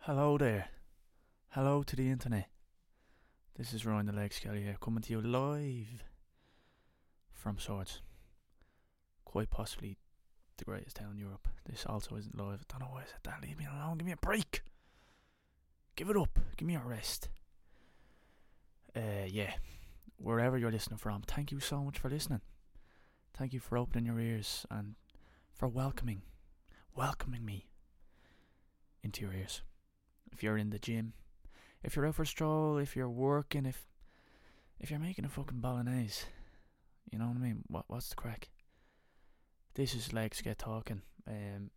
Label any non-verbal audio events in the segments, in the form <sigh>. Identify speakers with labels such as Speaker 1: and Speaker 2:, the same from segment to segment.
Speaker 1: Hello there. Hello to the internet. This is Ryan the Leg Skelly here, coming to you live from Swords. Quite possibly the greatest town in Europe. This also isn't live. I don't know why I said that. Leave me alone. Give me a break. Give it up. Give me a rest. Uh, yeah. Wherever you're listening from, thank you so much for listening. Thank you for opening your ears and for welcoming, welcoming me into your ears if you're in the gym, if you're out for a stroll, if you're working, if if you're making a fucking bolognese, you know what I mean. What what's the crack? This is legs get talking. Um,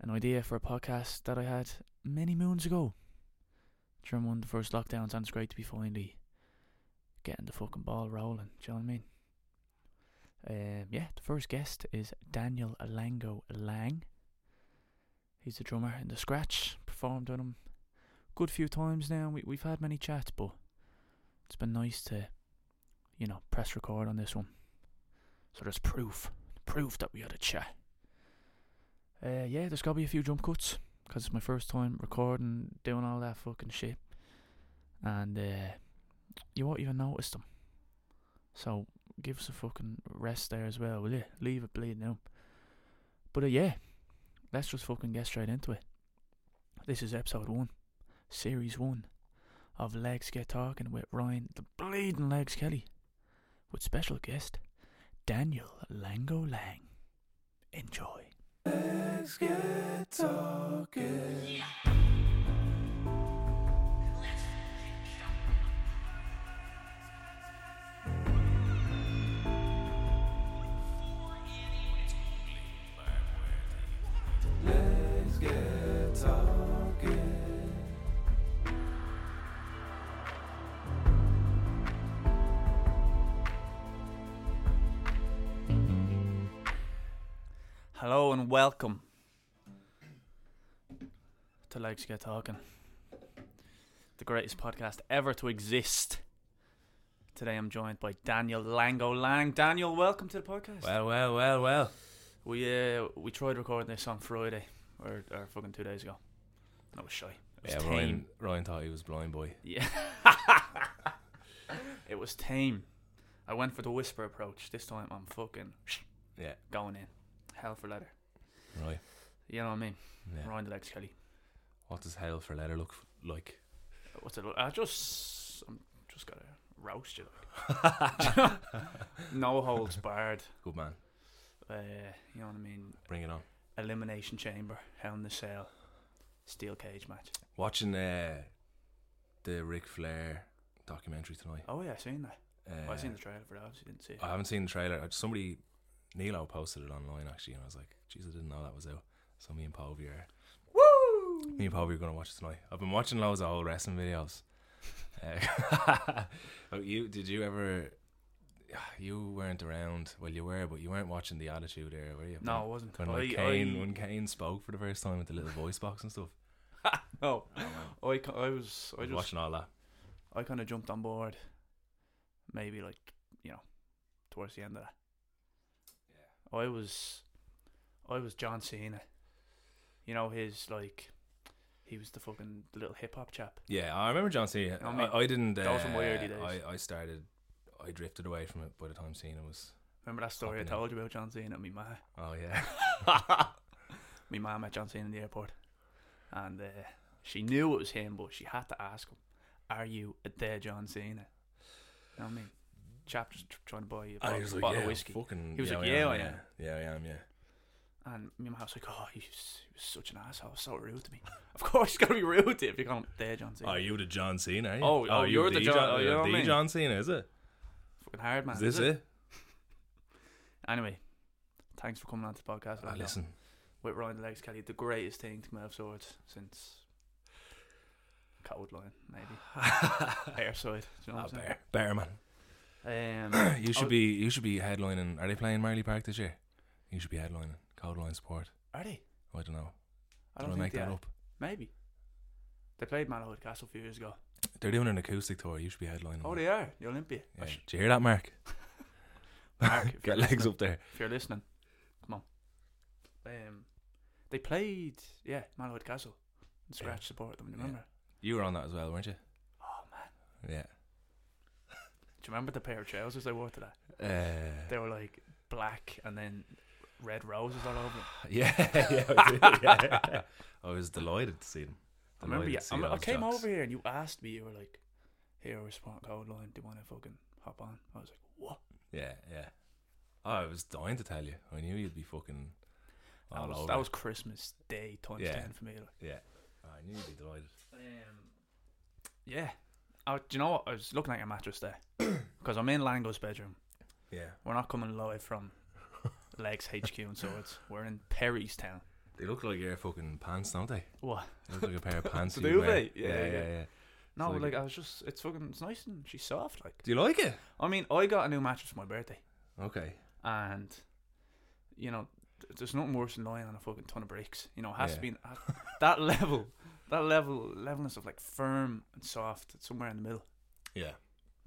Speaker 1: an idea for a podcast that I had many moons ago during one of the first lockdowns, and it's great to be finally getting the fucking ball rolling. Do you know what I mean? Um, yeah, the first guest is Daniel Lango Lang. He's the drummer in the Scratch. Performed with him good few times now. We we've had many chats, but it's been nice to, you know, press record on this one. So there's proof, proof that we had a chat. Uh, yeah, there's gotta be a few jump cuts because it's my first time recording, doing all that fucking shit, and uh, you won't even notice them. So give us a fucking rest there as well, will you? Leave it bleeding out. But uh, yeah, let's just fucking get straight into it. This is episode one, series one of Legs Get Talking with Ryan the Bleeding Legs Kelly, with special guest Daniel Lango Lang. Enjoy.
Speaker 2: Let's get talking. Let's get talking.
Speaker 1: Hello and welcome to Legs Get Talking, the greatest podcast ever to exist. Today I'm joined by Daniel Lango Lang. Daniel, welcome to the podcast.
Speaker 3: Well, well, well, well.
Speaker 1: We uh, we tried recording this on Friday or, or fucking two days ago, and I was shy. It was
Speaker 3: Yeah,
Speaker 1: tame.
Speaker 3: Ryan, Ryan thought he was blind boy.
Speaker 1: Yeah, <laughs> it was tame. I went for the whisper approach. This time I'm fucking
Speaker 3: Yeah,
Speaker 1: going in, hell for leather.
Speaker 3: right.
Speaker 1: You know what I mean?
Speaker 3: Yeah.
Speaker 1: Ryan the legs, Kelly.
Speaker 3: What does hell for leather look f-
Speaker 1: <laughs>
Speaker 3: like?
Speaker 1: What's it? look- I just I'm just gotta roast
Speaker 3: <laughs>
Speaker 1: you. <laughs> like. no holds barred.
Speaker 3: Good man.
Speaker 1: Uh, you know what I mean?
Speaker 3: Bring it on.
Speaker 1: Elimination chamber, hell in the cell, steel cage match.
Speaker 3: Watching uh, the Ric Flair documentary tonight.
Speaker 1: Oh yeah, I seen that.
Speaker 3: Uh,
Speaker 1: Well, I Oh, seen the trailer for that. Obviously, didn't see it.
Speaker 3: I haven't seen the trailer. I- Somebody, Nilo posted it online actually, and I was like, "Jeez, I didn't know that was out." So me and Povey are, woo! Me and Povey are gonna watch it tonight. I've been watching loads of old
Speaker 1: <laughs>
Speaker 3: wrestling videos. Uh, oh, you did you ever? <sighs> You weren't around. Well, you were, but you weren't watching the Attitude Era, were you?
Speaker 1: No, I wasn't.
Speaker 3: When, when, like,
Speaker 1: I- I-
Speaker 3: Kane, when Kane spoke for the first time with the little voice box and stuff,
Speaker 1: No, I, ca- I was
Speaker 3: I
Speaker 1: Oh, I
Speaker 3: was
Speaker 1: just
Speaker 3: watching all that.
Speaker 1: I kind of jumped on board, maybe like you know, towards the end of that. I was, I was John Cena. You know his like, he was the fucking little hip hop chap.
Speaker 3: Yeah, I remember John Cena.
Speaker 1: I
Speaker 3: I,
Speaker 1: mean,
Speaker 3: I, didn't. Uh,
Speaker 1: those were my early days.
Speaker 3: I, I started. I drifted away from it by the time Cena was.
Speaker 1: Remember that story I
Speaker 3: Fucking hell.
Speaker 1: told you about John Cena? Me ma,
Speaker 3: Oh yeah.
Speaker 1: <laughs> me ma met John Cena in the airport, and uh, she knew it was him, but she had to ask him, "Are you a dead John Cena?" You know what I mean, chap just tr- trying to buy you a
Speaker 3: And
Speaker 1: bottle,
Speaker 3: he was like,
Speaker 1: bottle
Speaker 3: yeah,
Speaker 1: of whiskey.
Speaker 3: Fucking,
Speaker 1: He was like,
Speaker 3: I
Speaker 1: yeah,
Speaker 3: am,
Speaker 1: I
Speaker 3: yeah,
Speaker 1: am.
Speaker 3: Yeah, I am, yeah.
Speaker 1: And my mum was like, oh, he was, he was such an asshole, so rude to me. <laughs> of course, he's going to be rude to you if you're going there, John Cena.
Speaker 3: Oh, you the John Cena, are you?
Speaker 1: Oh, oh, you're the John- oh, you know what I
Speaker 3: the
Speaker 1: mean?
Speaker 3: John Cena, is it?
Speaker 1: Fucking hard, man.
Speaker 3: Is this
Speaker 1: isn't
Speaker 3: it?
Speaker 1: Anyway, thanks for coming on to the podcast.
Speaker 3: Ah,
Speaker 1: Lando.
Speaker 3: listen,
Speaker 1: With Ryan the Legs Kelly, the greatest thing to come out of Swords since Cold Line, maybe.
Speaker 3: <laughs>
Speaker 1: Airside. Do you know
Speaker 3: ah,
Speaker 1: what I'm
Speaker 3: bear, bear
Speaker 1: <clears throat>
Speaker 3: man.
Speaker 1: saying?
Speaker 3: <coughs>
Speaker 1: Um,
Speaker 3: You should
Speaker 1: Oh.
Speaker 3: be, you should be headlining. Are they playing Marley Park this year? You should be headlining. Code line support.
Speaker 1: are they?
Speaker 3: I don't know.
Speaker 1: I don't
Speaker 3: Did I
Speaker 1: think
Speaker 3: make
Speaker 1: they
Speaker 3: that
Speaker 1: are.
Speaker 3: up?
Speaker 1: Maybe. They played Manahood Castle a few years ago.
Speaker 3: They're doing an acoustic tour. You should be headlining.
Speaker 1: Oh,
Speaker 3: that.
Speaker 1: they are. The Olympia.
Speaker 3: Mm. yeah. Do you hear that, Mark?
Speaker 1: <laughs>
Speaker 3: <laughs>
Speaker 1: Mark, if you're
Speaker 3: Get legs
Speaker 1: listening.
Speaker 3: up there.
Speaker 1: if you're listening, come on. Um, they played, yeah, Manahood Castle and scratch support them. Do you
Speaker 3: Yeah.
Speaker 1: remember?
Speaker 3: You were on that as well, weren't you?
Speaker 1: Oh man,
Speaker 3: Yeah.
Speaker 1: do you remember the pair of trousers I wore to that?
Speaker 3: Uh, <laughs>
Speaker 1: They were like black and then red roses all over them.
Speaker 3: yeah, yeah,
Speaker 1: <laughs>
Speaker 3: I did, yeah. I was delighted to see them.
Speaker 1: I remember
Speaker 3: Delighted
Speaker 1: you.
Speaker 3: to see
Speaker 1: I, I
Speaker 3: those
Speaker 1: came
Speaker 3: jocks.
Speaker 1: over here and you asked me. You were like, "Here, we're smart code line. Do you want to fucking hop on?" I was like, "What?"
Speaker 3: Yeah, yeah. Oh, I was dying to tell you. I knew you'd be fucking
Speaker 1: That,
Speaker 3: all
Speaker 1: was,
Speaker 3: over.
Speaker 1: that was Christmas Day times
Speaker 3: Yeah.
Speaker 1: ten for me. Like.
Speaker 3: yeah. I knew you'd be delighted.
Speaker 1: Um, yeah. I, do you know what? I was looking at your mattress
Speaker 3: <coughs>
Speaker 1: there because I'm in Lango's bedroom.
Speaker 3: Yeah.
Speaker 1: We're not coming live from
Speaker 3: <laughs>
Speaker 1: Legs HQ and Swords. We're in Perry's town.
Speaker 3: They look like your fucking pants, don't they?
Speaker 1: What?
Speaker 3: They look like a pair
Speaker 1: <laughs>
Speaker 3: of pants.
Speaker 1: Do
Speaker 3: you'd
Speaker 1: they?
Speaker 3: wear.
Speaker 1: Yeah,
Speaker 3: yeah,
Speaker 1: yeah.
Speaker 3: yeah, yeah.
Speaker 1: No,
Speaker 3: like
Speaker 1: like,
Speaker 3: it-
Speaker 1: I was just. It's fucking. It's nice and she's soft. Like
Speaker 3: Do you like it?
Speaker 1: I mean, I got a new mattress for my birthday,
Speaker 3: Okay.
Speaker 1: and you know, th- there's nothing worse than lying on a fucking ton of bricks. You know, it has to
Speaker 3: Yeah.
Speaker 1: be in, has- that level. That level, levelness of like firm and soft, it's somewhere in the middle.
Speaker 3: Yeah.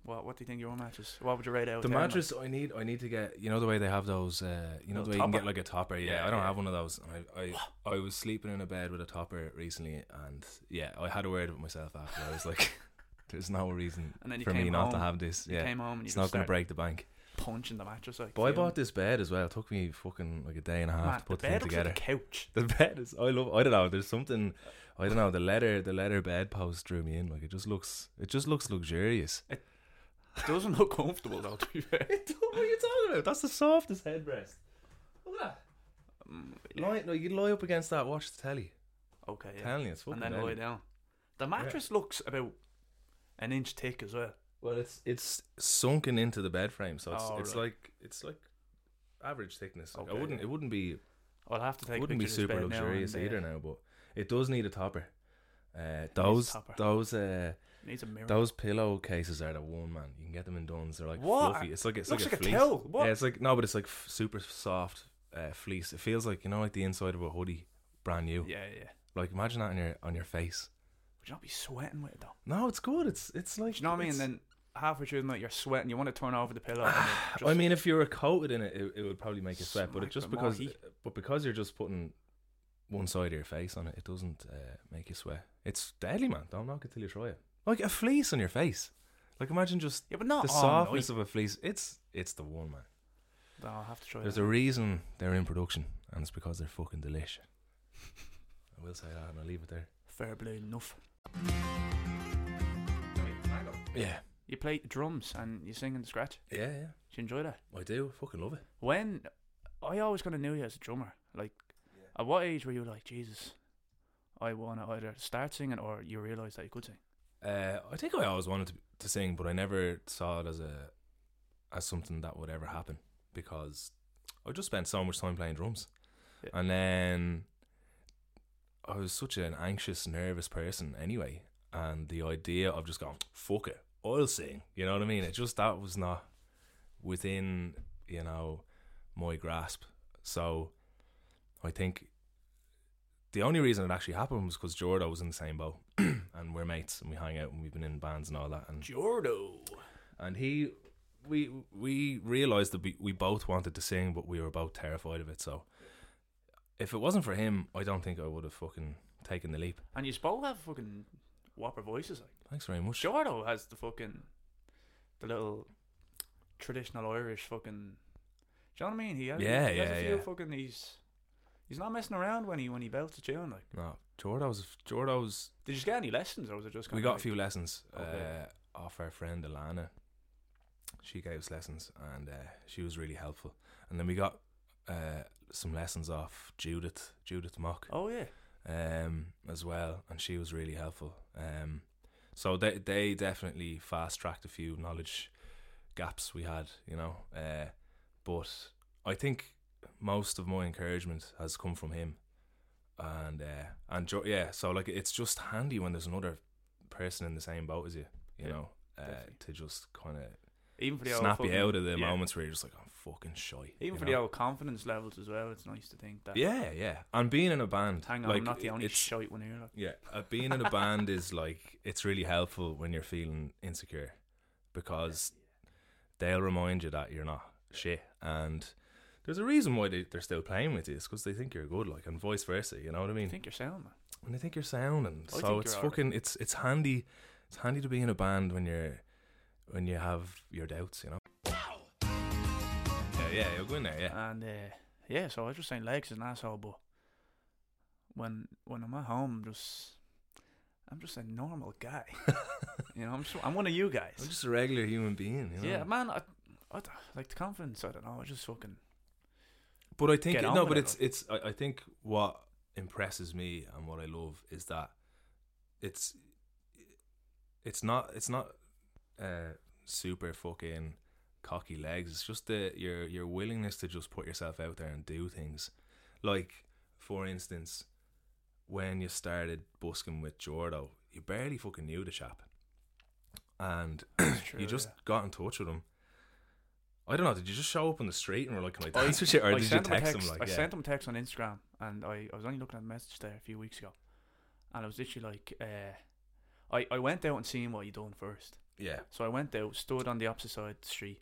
Speaker 1: What? What do you think your mattress? What would you rate out? of
Speaker 3: <laughs> The
Speaker 1: 10, like?
Speaker 3: mattress I need, I need to get. You know the way they have those. Uh, you know
Speaker 1: Little
Speaker 3: the way you can
Speaker 1: topper.
Speaker 3: get like a topper. Yeah,
Speaker 1: Yeah,
Speaker 3: I don't
Speaker 1: yeah.
Speaker 3: have one of those. And I, I, I was sleeping in a bed with a topper recently, and yeah, I had a word with myself after. I was like, <laughs> "There's no reason
Speaker 1: And then you
Speaker 3: for me
Speaker 1: came
Speaker 3: not to
Speaker 1: home.
Speaker 3: have this.
Speaker 1: You
Speaker 3: yeah,
Speaker 1: came home and you
Speaker 3: it's
Speaker 1: just
Speaker 3: not going
Speaker 1: started
Speaker 3: to break the bank."
Speaker 1: punching the mattress. Like,
Speaker 3: But I
Speaker 1: fuming.
Speaker 3: bought this bed as well. It took me fucking like a day and a half
Speaker 1: Man,
Speaker 3: to put
Speaker 1: the
Speaker 3: the,
Speaker 1: bed
Speaker 3: thing
Speaker 1: looks like
Speaker 3: together.
Speaker 1: a couch. <laughs>
Speaker 3: The bed is. I love. I don't know. There's something. I don't know. The leather, the leather bed post drew me in. Like it just looks. It just looks
Speaker 1: <laughs>
Speaker 3: luxurious.
Speaker 1: It doesn't look comfortable though. To be
Speaker 3: <laughs>
Speaker 1: fair,
Speaker 3: what are you talking about? That's the softest headrest. Look at
Speaker 1: Mm,
Speaker 3: that. Lie, no, you lie up against that. Watch the telly.
Speaker 1: okay, yeah.
Speaker 3: Telly, it's fucking.
Speaker 1: and then
Speaker 3: telly.
Speaker 1: lie down. The mattress looks about an inch thick as well.
Speaker 3: Well, it's it's sunken into the bed frame, so it's
Speaker 1: Oh,
Speaker 3: it's
Speaker 1: right.
Speaker 3: like it's like average thickness. Like,
Speaker 1: Okay.
Speaker 3: I wouldn't. It wouldn't be.
Speaker 1: I'll have to
Speaker 3: It
Speaker 1: take.
Speaker 3: wouldn't be
Speaker 1: pictures of this
Speaker 3: super
Speaker 1: bed now
Speaker 3: luxurious
Speaker 1: and, uh,
Speaker 3: either now, but it does need a topper. Uh, those
Speaker 1: topper.
Speaker 3: those uh.
Speaker 1: Needs a mirror.
Speaker 3: Those pillowcases are the one man. You can get them in Duns. They're like
Speaker 1: What?
Speaker 3: fluffy. It's like it's
Speaker 1: looks
Speaker 3: like a fleece.
Speaker 1: towel. What?
Speaker 3: Yeah, it's like no, but it's like f- super soft uh, fleece. It feels like you know, like the inside of a hoodie, brand new.
Speaker 1: yeah, yeah.
Speaker 3: Like imagine that on your on your face.
Speaker 1: Would you not be sweating with it though?
Speaker 3: No, it's good. It's it's like
Speaker 1: Do you know what I mean?
Speaker 3: it's-
Speaker 1: And
Speaker 3: <sighs>
Speaker 1: then halfway through the night, you're sweating. You want to turn over the pillow. and it just,
Speaker 3: I mean, if you were coated in it, it, it would probably make you sweat. But
Speaker 1: Smack
Speaker 3: it just
Speaker 1: the
Speaker 3: because,
Speaker 1: marquee.
Speaker 3: but because you're just putting one side of your face on it, it doesn't uh, make you sweat. It's deadly, man. Don't knock it till you try it. Like a fleece on your face. Like imagine just
Speaker 1: yeah, but not
Speaker 3: the
Speaker 1: all
Speaker 3: softness
Speaker 1: night.
Speaker 3: of a fleece. It's it's the one, man.
Speaker 1: No, I'll have to try.
Speaker 3: There's
Speaker 1: that.
Speaker 3: a reason they're in production, and it's because they're fucking delicious. I will say that, and I'll leave it there.
Speaker 1: fair blue enough.
Speaker 3: Yeah,
Speaker 1: You play drums and you sing and scratch.
Speaker 3: yeah,
Speaker 1: Do you enjoy that?
Speaker 3: yeah. I do. Fucking love it.
Speaker 1: when I always kind of knew you as a drummer. Like, at what age were you like, Jesus, I want to either start singing or you realised that you could sing?
Speaker 3: Uh, I think I always wanted to, to sing, but I never saw it as a as something that would ever happen because I just spent so much time playing drums,
Speaker 1: Yeah.
Speaker 3: and then I was such an anxious, nervous person anyway, and the idea of just going fuck it, I'll sing, you know what I mean? It just that was not within you know my grasp. So I think the only reason it actually happened was because Jordo was in the same boat <clears throat> and we're mates and we hang out and we've been in bands and all that and
Speaker 1: Jordo.
Speaker 3: and he we we realized that we, we both wanted to sing but we were both terrified of it so if it wasn't for him I don't think I would have fucking taken the leap
Speaker 1: And you both have fucking whopper voices. Like,
Speaker 3: thanks very much
Speaker 1: Jordo has the fucking, the little traditional Irish fucking. Do you know what I mean? He has,
Speaker 3: Yeah,
Speaker 1: he has
Speaker 3: yeah,
Speaker 1: a few
Speaker 3: yeah.
Speaker 1: fucking. He's he's not messing around when he when he belts a tune. Like,
Speaker 3: no Jordo's Jordo's
Speaker 1: did you get any lessons or was it just?
Speaker 3: we
Speaker 1: kinda
Speaker 3: got a
Speaker 1: like,
Speaker 3: few lessons
Speaker 1: Okay.
Speaker 3: uh, off our friend Alana she gave us lessons and uh, she was really helpful and then we got uh, some lessons off Judith Judith Mock
Speaker 1: Oh yeah.
Speaker 3: um, as well, and she was really helpful. Um, so they they definitely fast tracked a few knowledge gaps we had, you know. Uh, but I think most of my encouragement has come from him, and uh, and jo- yeah, so like it's just handy when there's another person in the same boat as you, you
Speaker 1: Yeah,
Speaker 3: know, uh,
Speaker 1: definitely.
Speaker 3: to just kind of
Speaker 1: Even for the
Speaker 3: snap
Speaker 1: old
Speaker 3: you out of the
Speaker 1: fucking- yeah.
Speaker 3: moments where you're just like, I'm fucking shy.
Speaker 1: Even
Speaker 3: you
Speaker 1: for
Speaker 3: know?
Speaker 1: the old confidence levels as well, it's nice to think that.
Speaker 3: yeah, yeah, and being in a band,
Speaker 1: Hang on,
Speaker 3: like,
Speaker 1: I'm not the only
Speaker 3: it's-
Speaker 1: shite one here. Like.
Speaker 3: Yeah, uh, being in a band is like it's really helpful when you're feeling insecure because they'll remind you that you're not shit, and there's a reason why they, they're still playing with you. It's because they think you're good, like, and vice versa. You know what I
Speaker 1: You
Speaker 3: mean?
Speaker 1: think you're sound, man.
Speaker 3: and they think you're sounding.
Speaker 1: I
Speaker 3: so
Speaker 1: think
Speaker 3: it's
Speaker 1: you're alright.
Speaker 3: fucking it's it's handy it's handy to be in a band when you're when you have your doubts, you know. Yeah, yeah, you're going there,
Speaker 1: <laughs>
Speaker 3: yeah.
Speaker 1: And uh, yeah, so I was just saying legs is an asshole, but when when I'm at home, I'm just I'm just a normal guy. <laughs> you know, I'm just, I'm one of you guys.
Speaker 3: I'm just a regular human being, you know.
Speaker 1: Yeah, man. I, I d- like the confidence. I don't know. I just fucking
Speaker 3: <coughs> But I think
Speaker 1: Get on
Speaker 3: no,
Speaker 1: with
Speaker 3: but
Speaker 1: it,
Speaker 3: it's it's I, I think what impresses me and what I love is that it's it's not it's not uh super fucking cocky legs. It's just the your your willingness to just put yourself out there and do things. Like for instance, when you started busking with Jordo, you barely fucking knew the chap. And
Speaker 1: true,
Speaker 3: you just
Speaker 1: yeah.
Speaker 3: got in touch with him. I don't know. Did you just show up on the street and were like, "Can I
Speaker 1: I-
Speaker 3: dance with you?" Or
Speaker 1: I
Speaker 3: did you
Speaker 1: sent him a
Speaker 3: text,
Speaker 1: text.
Speaker 3: him like,
Speaker 1: I
Speaker 3: yeah.
Speaker 1: sent him a text on Instagram, and I, I was only looking at the message there a few weeks ago, and I was literally like, uh, I I went out and seen what you done first.
Speaker 3: yeah,
Speaker 1: So I went out, stood on the opposite side of the street,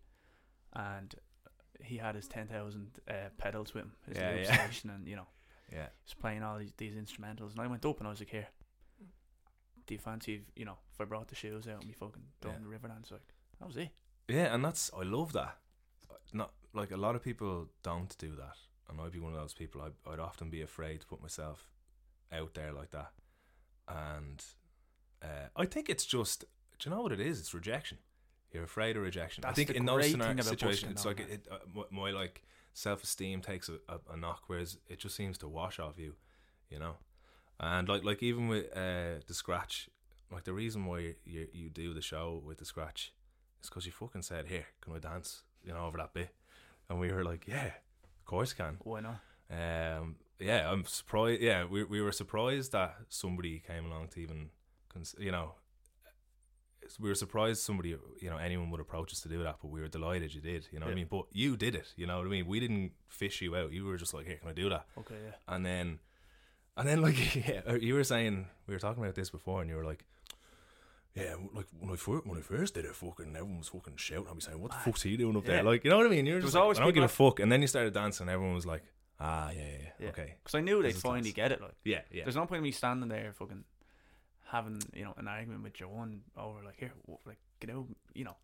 Speaker 1: and he had his ten thousand uh, pedals with him, his
Speaker 3: Yeah,
Speaker 1: loop
Speaker 3: yeah.
Speaker 1: station, and you know,
Speaker 3: yeah,
Speaker 1: he was playing all these, these instrumentals. And I went up and I was like, here, do you fancy, if, you know, if I brought the shoes out and we fucking done
Speaker 3: Yeah.
Speaker 1: the river dance? Like that was it.
Speaker 3: yeah, and that's I love that. Not like a lot of people don't do that, and I'd be one of those people. I, I'd often be afraid to put myself out there like that, and uh, I think it's just. Do you know what it is? It's rejection. You're afraid of rejection. I
Speaker 1: That's
Speaker 3: think
Speaker 1: the
Speaker 3: in those
Speaker 1: great
Speaker 3: scenar-
Speaker 1: thing about busking,
Speaker 3: situations, it's
Speaker 1: though,
Speaker 3: like
Speaker 1: man.
Speaker 3: it, uh, my, my like self esteem takes a, a, a knock, whereas it just seems to wash off you, you know. And like like even with uh, the scratch, like the reason why you you, you do the show with the scratch is because you fucking said, "Here, can we dance?" You know, over that bit, and we were like, "Yeah, of course can."
Speaker 1: Why not?
Speaker 3: Um, yeah, I'm surprised. Yeah, we we were surprised that somebody came along to even, cons- you know, it's- we were surprised somebody, you know, anyone would approach us to do that. But we were delighted you did. You know what I
Speaker 1: Yeah.
Speaker 3: mean? But you did it. You know what I mean? We didn't fish you out. You were just like, here, can I do that?
Speaker 1: Okay, yeah.
Speaker 3: And then, and then <laughs> like yeah, uh, you were saying we were talking about this before, and you were like. Yeah, like when I first when I first did it, fucking everyone was fucking shouting at me saying, "What the fuck's he doing up
Speaker 1: Yeah.
Speaker 3: there?" Like, you know what I mean? You're
Speaker 1: There
Speaker 3: just
Speaker 1: was
Speaker 3: like,
Speaker 1: always
Speaker 3: I don't
Speaker 1: people
Speaker 3: give a fuck. And then you started dancing, and everyone was like, "Ah, yeah, yeah, yeah.
Speaker 1: Yeah.
Speaker 3: okay,
Speaker 1: Because I knew
Speaker 3: This
Speaker 1: they'd
Speaker 3: is
Speaker 1: finally
Speaker 3: class.
Speaker 1: get it. Like.
Speaker 3: yeah, yeah."
Speaker 1: There's no point in me standing there fucking having you know an argument with Joan over like here w- like you know you know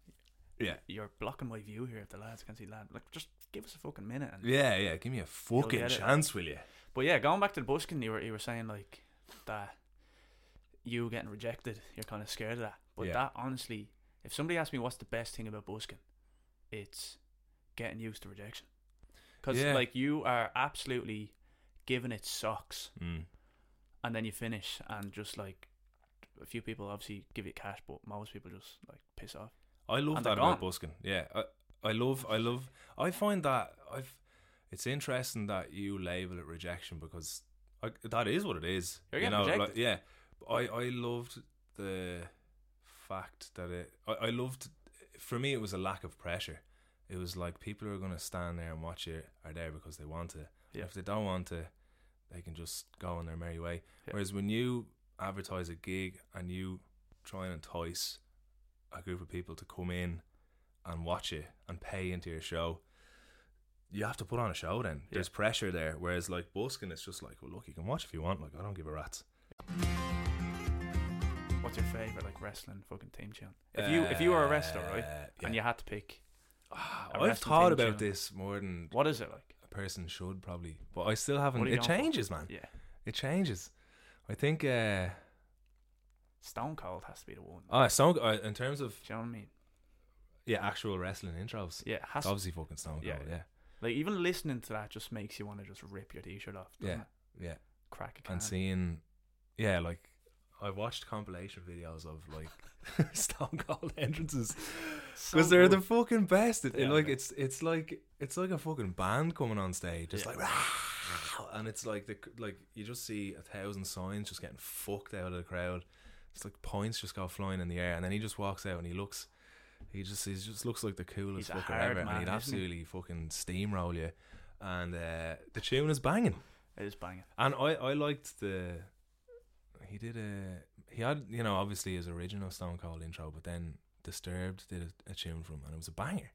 Speaker 3: Yeah.
Speaker 1: you're blocking my view here if the lads can see lad like just give us a fucking minute and
Speaker 3: Yeah, yeah. Give me a fucking
Speaker 1: get it.
Speaker 3: chance, will you?
Speaker 1: but yeah going back to the busking you were you were saying like that you getting rejected you're kind of scared of that but
Speaker 3: Yeah.
Speaker 1: that honestly if somebody asked me what's the best thing about busking it's getting used to rejection because
Speaker 3: Yeah.
Speaker 1: like you are absolutely giving it socks
Speaker 3: Mm.
Speaker 1: and then you finish and just like a few people obviously give you cash but most people just like piss off
Speaker 3: I love
Speaker 1: And
Speaker 3: that
Speaker 1: they're
Speaker 3: about
Speaker 1: gone.
Speaker 3: busking. Yeah, I, I love, I love. I find that I've. It's interesting that you label it rejection because I, that is what it is.
Speaker 1: You're
Speaker 3: you
Speaker 1: getting
Speaker 3: know, like,
Speaker 1: rejected.
Speaker 3: yeah. I I loved the fact that it. I, I loved. For me, it was a lack of pressure. It was like people who are going to stand there and watch it are there because they want to.
Speaker 1: Yeah.
Speaker 3: If they don't want to, they can just go on their merry way.
Speaker 1: Yeah.
Speaker 3: Whereas when you advertise a gig and you try and entice a group of people to come in and watch it and pay into your show, you have to put on a show then. There's pressure there. Whereas like busking, it's just like, well, look, you can watch if you want. Like, I don't give a rat's.
Speaker 1: what's your favorite like wrestling fucking team tune if you if you were a wrestler right
Speaker 3: Uh,
Speaker 1: and
Speaker 3: yeah.
Speaker 1: you had to pick
Speaker 3: <sighs> Ah,
Speaker 1: a
Speaker 3: I've
Speaker 1: wrestling
Speaker 3: thought
Speaker 1: team
Speaker 3: about
Speaker 1: tune.
Speaker 3: this more than
Speaker 1: what is it like
Speaker 3: a person should probably, but I still
Speaker 1: What
Speaker 3: haven't.
Speaker 1: are you
Speaker 3: It
Speaker 1: going for?
Speaker 3: changes, man.
Speaker 1: yeah
Speaker 3: It changes. I think. uh
Speaker 1: Stone Cold has to be the one
Speaker 3: Ah, song uh, in terms of
Speaker 1: do you know what I mean
Speaker 3: yeah actual wrestling intros.
Speaker 1: yeah it has to,
Speaker 3: Obviously, fucking Stone Cold.
Speaker 1: Yeah,
Speaker 3: Yeah, yeah,
Speaker 1: like even listening to that just makes you want to just rip your t-shirt off doesn't
Speaker 3: Yeah.
Speaker 1: it? crack a can
Speaker 3: And seeing, yeah, like I watched compilation videos of
Speaker 1: <laughs>
Speaker 3: like <laughs> Stone Cold entrances
Speaker 1: So
Speaker 3: because they're
Speaker 1: good.
Speaker 3: the fucking best. It,
Speaker 1: They
Speaker 3: it,
Speaker 1: are
Speaker 3: like
Speaker 1: good.
Speaker 3: it's it's like it's like a fucking band coming on stage, just
Speaker 1: Yeah.
Speaker 3: like "Rah!" and it's like the like you just see a thousand signs just getting fucked out of the crowd. It's like points just go flying in the air, and then he just walks out and he looks. He just he just looks like the
Speaker 1: He's
Speaker 3: coolest
Speaker 1: a
Speaker 3: fucker
Speaker 1: hard
Speaker 3: ever,
Speaker 1: man,
Speaker 3: and he'd
Speaker 1: isn't he?
Speaker 3: absolutely fucking steamroll you. And uh, the tune is banging.
Speaker 1: it is banging
Speaker 3: And I, I liked the he did a he had you know obviously his original Stone Cold intro, but then Disturbed did a, a tune from him, and it was a banger.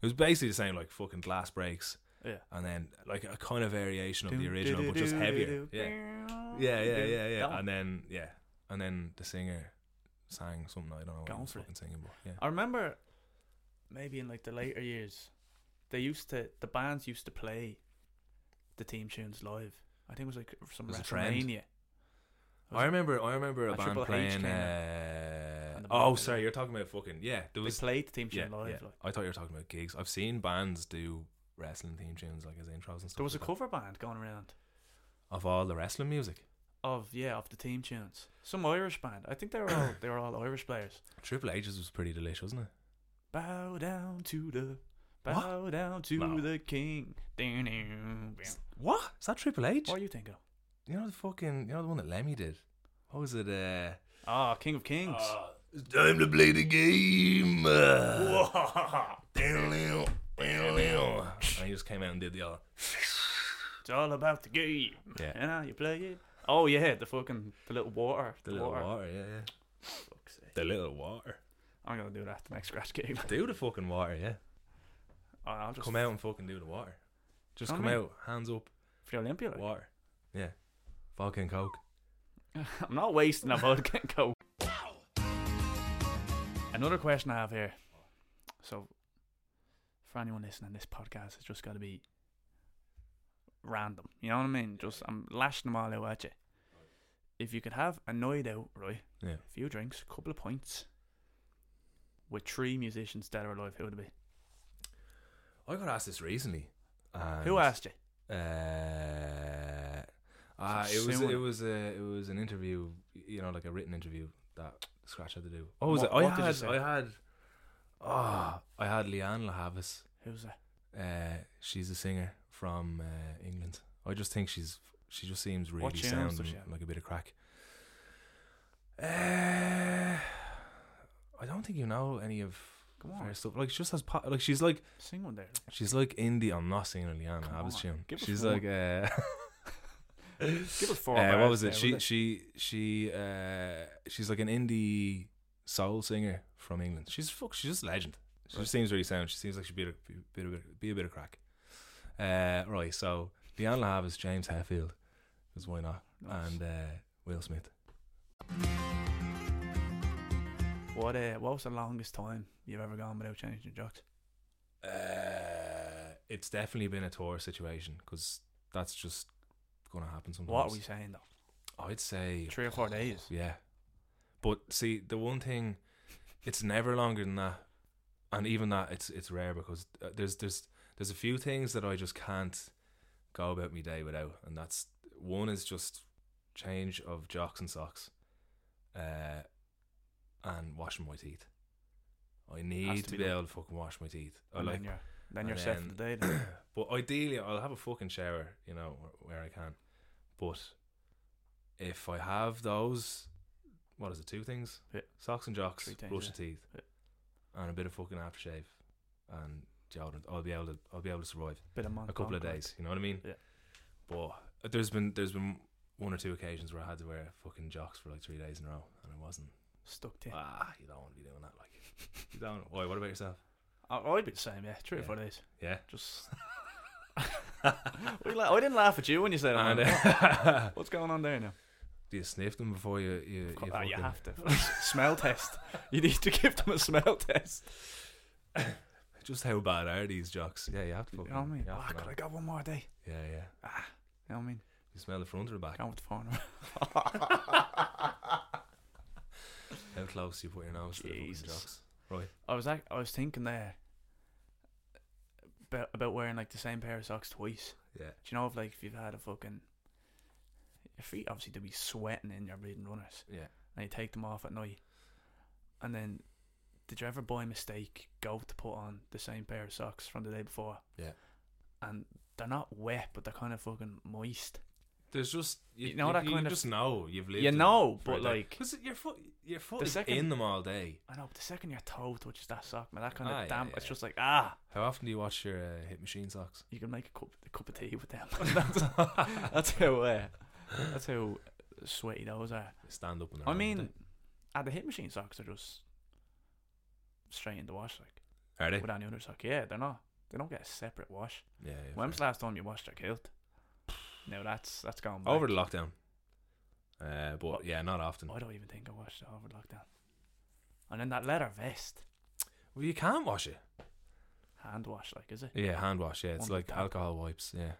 Speaker 3: It was basically the same like fucking glass breaks,
Speaker 1: Yeah.
Speaker 3: and then like a kind of variation of the original, but just heavier. Yeah, Yeah, yeah, yeah, yeah.
Speaker 1: That one.
Speaker 3: And then yeah, and then the singer sang something I don't know what he
Speaker 1: Gone
Speaker 3: was
Speaker 1: for it.
Speaker 3: fucking singing, but yeah.
Speaker 1: I remember maybe in like the later years, they used to the bands used to play the team tunes live. I think it was like some
Speaker 3: It was a trend.
Speaker 1: WrestleMania.
Speaker 3: I remember, I remember a
Speaker 1: And
Speaker 3: band
Speaker 1: Triple H
Speaker 3: playing.
Speaker 1: came out.
Speaker 3: Uh,
Speaker 1: And the
Speaker 3: oh,
Speaker 1: band-
Speaker 3: sorry, you're talking about fucking yeah. There
Speaker 1: They
Speaker 3: was
Speaker 1: played the team tune
Speaker 3: yeah,
Speaker 1: live.
Speaker 3: yeah.
Speaker 1: Like.
Speaker 3: I thought you were talking about gigs. I've seen bands do wrestling theme tunes like as intros and stuff.
Speaker 1: There was a
Speaker 3: like that.
Speaker 1: cover band going around
Speaker 3: of all the wrestling music.
Speaker 1: of yeah of the team tunes. Some Irish band. I think they were all
Speaker 3: <coughs>
Speaker 1: they were all Irish players.
Speaker 3: Triple H's was pretty delicious, wasn't it?
Speaker 1: Bow down to the
Speaker 3: What?
Speaker 1: bow down to
Speaker 3: No.
Speaker 1: the king. Doo-doo, bam.
Speaker 3: What is that Triple H?
Speaker 1: What are you thinking? of?
Speaker 3: You know the fucking, you know the one that Lemmy did. What was it? Uh,
Speaker 1: Ah, King of Kings.
Speaker 3: Uh, it's time to play the game. Uh, and he just came out and did the other.
Speaker 1: It's all about the game.
Speaker 3: Yeah.
Speaker 1: You know, you play it. Oh yeah, the fucking the little water.
Speaker 3: The little water, yeah, yeah.
Speaker 1: Fuck's sake.
Speaker 3: The little water.
Speaker 1: I'm gonna do that the next scratch game. <laughs>
Speaker 3: Do the fucking water, yeah.
Speaker 1: Alright, I'll just
Speaker 3: Come out and fucking do the water. Just
Speaker 1: Come
Speaker 3: come
Speaker 1: in.
Speaker 3: out, hands up,
Speaker 1: for the Olympia. like.
Speaker 3: water. Yeah. Vodka and Coke.
Speaker 1: <laughs> I'm not wasting a <laughs> vodka and coke. Another question I have here. So, for anyone listening, this podcast has just got to be random. You know what I mean? Just I'm lashing them all out at you. If you could have a night out, right?
Speaker 3: Yeah.
Speaker 1: A few drinks, a couple of pints, with three musicians dead or alive, who would it be?
Speaker 3: I got asked this recently. and,
Speaker 1: Who asked you?
Speaker 3: Uh, uh, it was
Speaker 1: soon.
Speaker 3: it was a, it was an interview, you know, like a written interview that Scratch had to do. Oh, was
Speaker 1: What-
Speaker 3: it? I
Speaker 1: what did you
Speaker 3: had
Speaker 1: say?
Speaker 3: I had oh, I had Leanne LaHavis.
Speaker 1: Who's that?
Speaker 3: Uh, she's a singer from uh, England. I just think she's she just seems really
Speaker 1: What tunes
Speaker 3: sound
Speaker 1: does she
Speaker 3: and
Speaker 1: have?
Speaker 3: like a bit of crack. Uh, I don't think you know any of
Speaker 1: Come on,
Speaker 3: her stuff. Like she just has po- like she's like
Speaker 1: sing one there.
Speaker 3: she's like indie. I'm not singing a Leanne
Speaker 1: Come
Speaker 3: Havis
Speaker 1: on,
Speaker 3: tune.
Speaker 1: give us
Speaker 3: She's
Speaker 1: one.
Speaker 3: like uh,
Speaker 1: Give us four.
Speaker 3: <laughs> uh,
Speaker 1: bars
Speaker 3: what was
Speaker 1: there,
Speaker 3: it? She
Speaker 1: will
Speaker 3: she she uh, she's like an indie soul singer from England. She's fuck. She's just a legend. She
Speaker 1: Right.
Speaker 3: just seems really sound. She seems like she'd be a bit of be a bit of crack. Uh, right. So Leanne LaHavis, James Hetfield, because why not?
Speaker 1: you?
Speaker 3: And uh, Will Smith.
Speaker 1: What uh, what was the longest time you've ever gone without changing your jocks?
Speaker 3: Uh, it's definitely been a tour situation because that's just gonna happen sometimes.
Speaker 1: What are we saying though?
Speaker 3: I'd say
Speaker 1: Three or four days.
Speaker 3: Yeah. But see, the one thing, it's never longer than that, and even that, it's it's rare because uh, there's there's there's a few things that I just can't go about my day without, and that's one is just change of jocks and socks, uh, and washing my teeth. I need
Speaker 1: to
Speaker 3: to,
Speaker 1: be
Speaker 3: be
Speaker 1: done.
Speaker 3: able to fucking wash my teeth. I
Speaker 1: and
Speaker 3: like
Speaker 1: then you're then
Speaker 3: and
Speaker 1: you're set for the day. Then.
Speaker 3: but ideally, I'll have a fucking shower, you know, wh- where I can. But if I have those, what is it, two things?
Speaker 1: Yeah.
Speaker 3: Socks and jocks,
Speaker 1: Three things,
Speaker 3: brush
Speaker 1: yeah.
Speaker 3: of teeth,
Speaker 1: Yeah.
Speaker 3: and a bit of fucking aftershave, and deodorant, I'll be able to, I'll be able to survive
Speaker 1: Bit of month,
Speaker 3: a couple of days. You know what I mean?
Speaker 1: Yeah.
Speaker 3: But there's been there's been one or two occasions where I had to wear fucking jocks for like three days in a row, and it wasn't.
Speaker 1: Stuck to.
Speaker 3: Ah, you don't want to be doing that. Like, you don't. Why? What about yourself?
Speaker 1: I, I'd be the same. Yeah, three or
Speaker 3: Yeah.
Speaker 1: four days.
Speaker 3: Yeah. <laughs>
Speaker 1: Just. We la- <laughs> I didn't laugh at you when you said
Speaker 3: And,
Speaker 1: that.
Speaker 3: uh,
Speaker 1: <laughs> What's going on there now?
Speaker 3: <laughs> Do you sniff them before you you,
Speaker 1: Of course-
Speaker 3: you
Speaker 1: ah, you
Speaker 3: fucking-
Speaker 1: have to smell
Speaker 3: <laughs>
Speaker 1: test. You need to give them a smell test.
Speaker 3: Just how bad are these jocks? Yeah, you have to.
Speaker 1: You know
Speaker 3: Fucking,
Speaker 1: what I mean?
Speaker 3: you have
Speaker 1: Ah,
Speaker 3: to
Speaker 1: could
Speaker 3: know.
Speaker 1: I got one more day?
Speaker 3: Yeah, yeah.
Speaker 1: You know what I mean?
Speaker 3: You smell the front or the back?
Speaker 1: Going with the phone.
Speaker 3: <laughs> How close do you put your nose to the fucking
Speaker 1: Jesus.
Speaker 3: jocks?
Speaker 1: I was like, I was thinking there about, about wearing like the same pair of socks twice.
Speaker 3: Yeah,
Speaker 1: Do you know if like if you've had a fucking your feet obviously to be sweating in your bleeding runners
Speaker 3: yeah.
Speaker 1: and you take them off at night and then did you ever by mistake go to put on the same pair of socks from the day before?
Speaker 3: Yeah.
Speaker 1: And they're not wet but they're kind of fucking moist.
Speaker 3: There's just you,
Speaker 1: You know that kind of-
Speaker 3: just know you've lived.
Speaker 1: You
Speaker 3: in
Speaker 1: know,
Speaker 3: for a
Speaker 1: but
Speaker 3: day.
Speaker 1: like
Speaker 3: 'Cause your foot, your foot
Speaker 1: The
Speaker 3: is
Speaker 1: second-
Speaker 3: in them all day.
Speaker 1: I know, but the second your toe touches that sock, man, that kind of
Speaker 3: Ah, yeah,
Speaker 1: damp
Speaker 3: yeah,
Speaker 1: it's
Speaker 3: yeah.
Speaker 1: just like ah
Speaker 3: How often do you wash your uh, hit machine <laughs> socks?
Speaker 1: you can make a cup a cup of tea with them. <laughs> that's, that's how uh, that's how sweaty those are.
Speaker 3: Stand up in the
Speaker 1: I mean, at the hit machine socks are just straight in the wash, like
Speaker 3: are they?
Speaker 1: with any other sock. Yeah, they're not. They don't get a separate wash.
Speaker 3: Yeah. yeah
Speaker 1: When was <sighs>
Speaker 3: fair.
Speaker 1: the last time you washed your kilt? No, that's that's gone. Back.
Speaker 3: Over the lockdown. Uh, but yeah, not often.
Speaker 1: I don't even think I watched it over lockdown. And then that leather vest,
Speaker 3: Well, you can't wash it.
Speaker 1: hand wash, like, is it?
Speaker 3: Yeah, hand wash. Yeah, it's
Speaker 1: Under
Speaker 3: like
Speaker 1: tap.
Speaker 3: alcohol wipes. Yeah,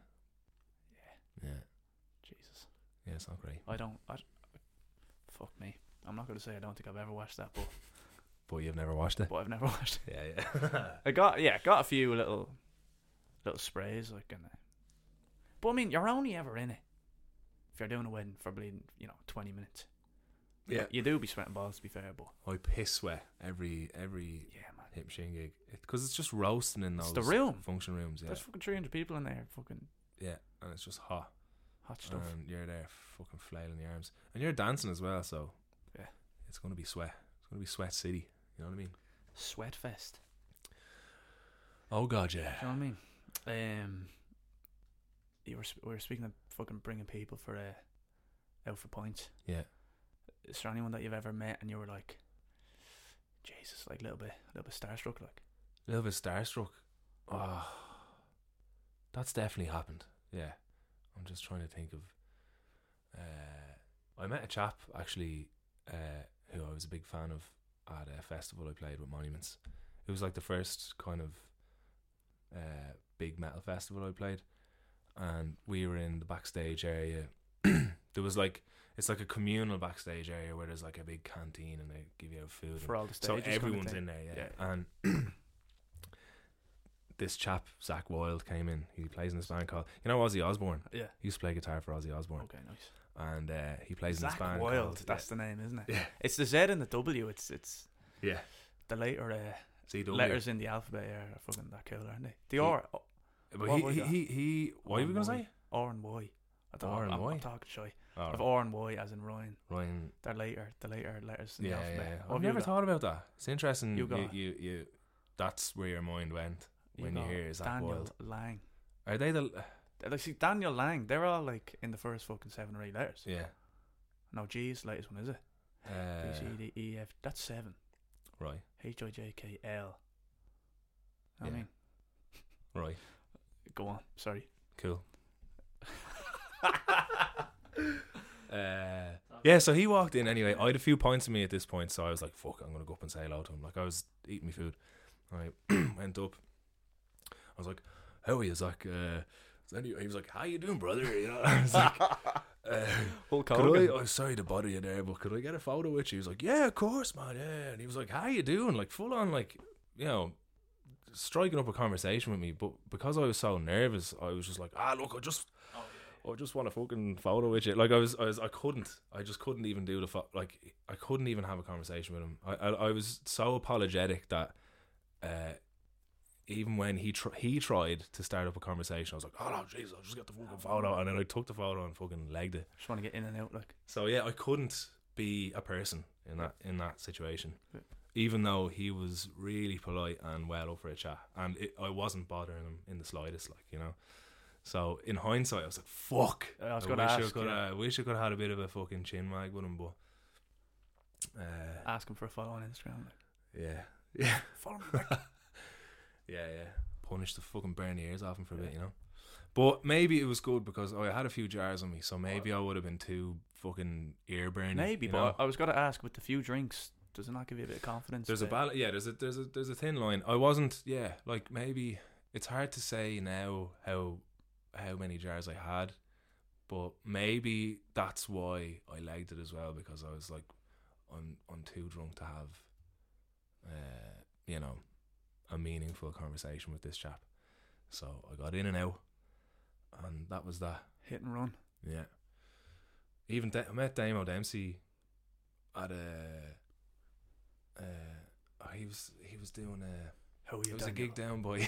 Speaker 1: Yeah,
Speaker 3: yeah,
Speaker 1: Jesus.
Speaker 3: yeah. It's not great.
Speaker 1: I don't. I, fuck me. I'm not going to say I don't think I've ever watched that, but,
Speaker 3: But you've never washed it.
Speaker 1: but I've never <laughs> watched it.
Speaker 3: Yeah, yeah.
Speaker 1: I got, yeah, got a few little little sprays, like, and. Uh, but I mean, you're only ever in it if you're doing a wedding for bleeding, you know, 20 minutes.
Speaker 3: yeah.
Speaker 1: You do be sweating balls, to be fair, but
Speaker 3: I piss sweat every every
Speaker 1: yeah, man.
Speaker 3: hip machine gig because it's just roasting in those
Speaker 1: It's the room.
Speaker 3: function rooms. Yeah,
Speaker 1: There's fucking 300 people in there, fucking
Speaker 3: yeah, and it's just hot.
Speaker 1: hot stuff.
Speaker 3: And you're there fucking flailing your arms. And you're dancing as well, so
Speaker 1: Yeah.
Speaker 3: It's gonna be sweat. It's gonna be sweat city. You know what I mean?
Speaker 1: Sweat fest.
Speaker 3: Oh god, yeah.
Speaker 1: Do you know what I mean? Um, you were sp- we were speaking of fucking bringing people for uh, out for points.
Speaker 3: Yeah.
Speaker 1: Is there anyone that you've ever met and you were like, Jesus, like a little bit, a little bit starstruck, like?
Speaker 3: A little bit starstruck. Oh, that's definitely happened. Yeah. I'm just trying to think of uh I met a chap actually uh who I was a big fan of at a festival I played with Monuments. It was like the first kind of uh big metal festival I played and we were in the backstage area. <clears throat> there was like it's like a communal backstage area where there's like a big canteen and they give you out food and
Speaker 1: For all the
Speaker 3: so
Speaker 1: stages.
Speaker 3: everyone's in there, yeah. And <clears throat> this chap, Zach Wilde, came in. He plays in this band called you know Ozzy Osbourne.
Speaker 1: Yeah.
Speaker 3: He used to play guitar for Ozzy Osbourne,
Speaker 1: Okay, nice.
Speaker 3: and uh, he plays in
Speaker 1: Zach
Speaker 3: this band.
Speaker 1: Wild,
Speaker 3: called-
Speaker 1: that's the name, isn't it?
Speaker 3: yeah,
Speaker 1: It's the Z and the W. It's it's
Speaker 3: yeah.
Speaker 1: the later uh,
Speaker 3: See,
Speaker 1: letters in the alphabet are fucking that cool, aren't they? The R, O-
Speaker 3: But
Speaker 1: What
Speaker 3: he,
Speaker 1: was
Speaker 3: he,
Speaker 1: that?
Speaker 3: he, he, what were you gonna
Speaker 1: Orn
Speaker 3: say?
Speaker 1: R and Y. I thought-
Speaker 3: R and
Speaker 1: I'm,
Speaker 3: Y?
Speaker 1: I'm talking shy.
Speaker 3: Oh,
Speaker 1: Of R and Y, as in Ryan.
Speaker 3: Ryan.
Speaker 1: They're later, the later letters in the
Speaker 3: Yeah, yeah,
Speaker 1: alphabet.
Speaker 3: yeah.
Speaker 1: What
Speaker 3: I've
Speaker 1: have you
Speaker 3: never
Speaker 1: got?
Speaker 3: thought about that. It's interesting.
Speaker 1: You
Speaker 3: You, you,
Speaker 1: got-
Speaker 3: you, That's where your mind went when you
Speaker 1: got
Speaker 3: hear Zach
Speaker 1: Daniel
Speaker 3: Wilde.
Speaker 1: Lang.
Speaker 3: Are they the?
Speaker 1: Like, see, Daniel Lang, they're all like in the first fucking seven or eight letters.
Speaker 3: Yeah.
Speaker 1: No, G is the latest one, is it? B,
Speaker 3: Uh,
Speaker 1: C, D, E, F. That's seven.
Speaker 3: right.
Speaker 1: H, I, J, K, L. I
Speaker 3: Yeah.
Speaker 1: mean,
Speaker 3: Right.
Speaker 1: go on.
Speaker 3: <laughs>
Speaker 1: Sorry.
Speaker 3: Cool. <laughs> Uh, yeah, so he walked in anyway. I had a few pints of me at this point, so I was like, fuck, I'm gonna go up and say hello to him. Like I was eating my food. I <clears throat> went up. I was like, How are you, Zach? Uh is any-" he was like, How you doing, brother? You know, <laughs> I was
Speaker 1: <laughs>
Speaker 3: like, uh,
Speaker 1: Hulk
Speaker 3: could I, I'm sorry to bother you there, but could I get a photo with you? He was like, Yeah, of course, man. Yeah. And he was like, How you doing? Like, full on, like, you know, striking up a conversation with me. But because I was so nervous, I was just like, Ah, look, I just, I just want a fucking photo with you. Like, I was, I was, I couldn't, I just couldn't even do the, pho- like, I couldn't even have a conversation with him. I, I, I was so apologetic that, uh, even when he tr- he tried to start up a conversation, I was like, "Oh no, Jesus! I'll just get the fucking photo," and then I took the photo and fucking legged it.
Speaker 1: Just want to get in and out. Like,
Speaker 3: So yeah, I couldn't be a person in that in that situation,
Speaker 1: Yeah.
Speaker 3: even though he was really polite and well up for a chat, and it, I wasn't bothering him in the slightest, like you know. So in hindsight, I was like, "Fuck!"
Speaker 1: I was
Speaker 3: I
Speaker 1: going to
Speaker 3: wish I
Speaker 1: ask,
Speaker 3: could.
Speaker 1: yeah,
Speaker 3: I wish I could have had a bit of a fucking chin mag with him, but uh,
Speaker 1: ask him for a follow on Instagram. Like,
Speaker 3: yeah, <laughs> yeah,
Speaker 1: follow me.
Speaker 3: yeah, yeah. Punish the fucking burn the ears off him for a bit, you know. But maybe it was good because I had a few jars on me, so maybe I would have been too fucking ear burning.
Speaker 1: Maybe,
Speaker 3: you
Speaker 1: but
Speaker 3: know?
Speaker 1: I was going to ask with the few drinks, does it not give you a bit of confidence?
Speaker 3: There's a
Speaker 1: that-
Speaker 3: bal- yeah. There's a there's a there's a thin line. I wasn't yeah. Like maybe it's hard to say now how how many jars I had, but maybe that's why I liked it as well because I was like, I'm I'm too drunk to have, uh, you know, a meaningful conversation with this chap. So I got in and out, and that was that.
Speaker 1: Hit and run.
Speaker 3: Yeah. Even da- I met Damo Dempsey at a. Uh, oh, he was he was doing a
Speaker 1: How are
Speaker 3: it
Speaker 1: you
Speaker 3: was a
Speaker 1: doing?
Speaker 3: gig down by.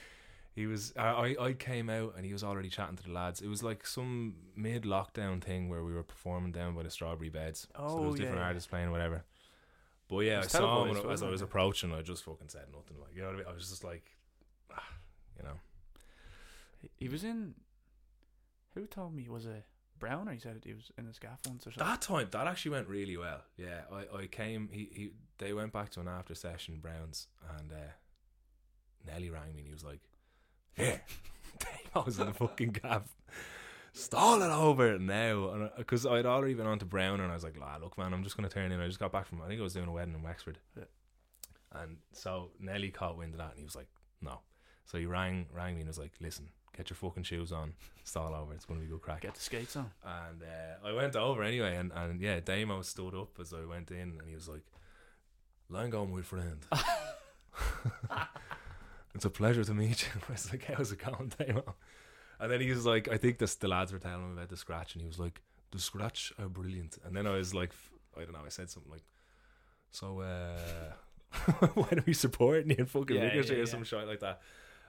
Speaker 3: <laughs> he was I I I came out and he was already chatting to the lads. It was like some mid lockdown thing where we were performing down by the strawberry beds. so there
Speaker 1: Oh,
Speaker 3: was different
Speaker 1: yeah.
Speaker 3: artists playing whatever. But yeah,
Speaker 1: It
Speaker 3: I
Speaker 1: was
Speaker 3: saw him
Speaker 1: televised,
Speaker 3: and I- as I
Speaker 1: wasn't
Speaker 3: was
Speaker 1: it?
Speaker 3: approaching. I just fucking said nothing. Like you know what I mean? I was just like, <sighs> ah, you know.
Speaker 1: He- He was in. Who told me was it Browner? He said he was in his gaff once or something.
Speaker 3: That time, that actually went really well. Yeah, I, I came. He, he they went back to an after session Browns, and uh, <laughs> Nelly rang me and he was like, "Yeah, I was in the fucking gaff." stall it over now. Because I'd already been on to Brown and I was like, ah, look, man, I'm just going to turn in. I just got back from, I think I was doing a wedding in Wexford.
Speaker 1: Yeah.
Speaker 3: And so Nelly caught wind of that and he was like, no. So he rang, rang me and was like, listen, get your fucking shoes on, stall over. It's going to be good crack.
Speaker 1: Get the skates on.
Speaker 3: And uh, I went over anyway, and, and yeah, Damo stood up as I went in, and he was like, "Langone, my friend, <laughs> it's a pleasure to meet you." <laughs> I was like, "How's it going, Damo?" And then he was like, "I think this, the lads were telling him about the scratch," and he was like, "The scratch are brilliant." And then I was like, f- "I don't know," I said something like, "So uh, <laughs> why do we support you in fucking
Speaker 1: Yeah, yeah,
Speaker 3: Ricochet
Speaker 1: yeah.
Speaker 3: or some shit like that?"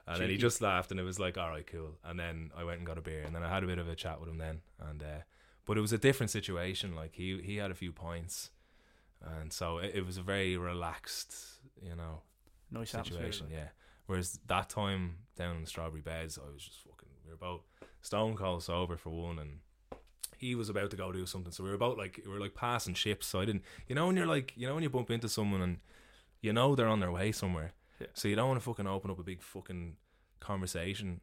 Speaker 3: And then he
Speaker 1: Cheeky.
Speaker 3: just laughed, and it was like, "All right, cool." And then I went and got a beer, and then I had a bit of a chat with him then, and uh, but it was a different situation. Like he he had a few points, and so it, it was a very relaxed, you know,
Speaker 1: Nice
Speaker 3: situation.
Speaker 1: atmosphere.
Speaker 3: Yeah. Whereas that time down in the Strawberry Beds, I was just fucking. We were both stone cold sober for one, and he was about to go do something. So we were about like we were like passing ships. So I didn't, you know, when you're like, you know, when you bump into someone and you know they're on their way somewhere,
Speaker 1: Yeah.
Speaker 3: so you don't want to fucking open up a big fucking conversation.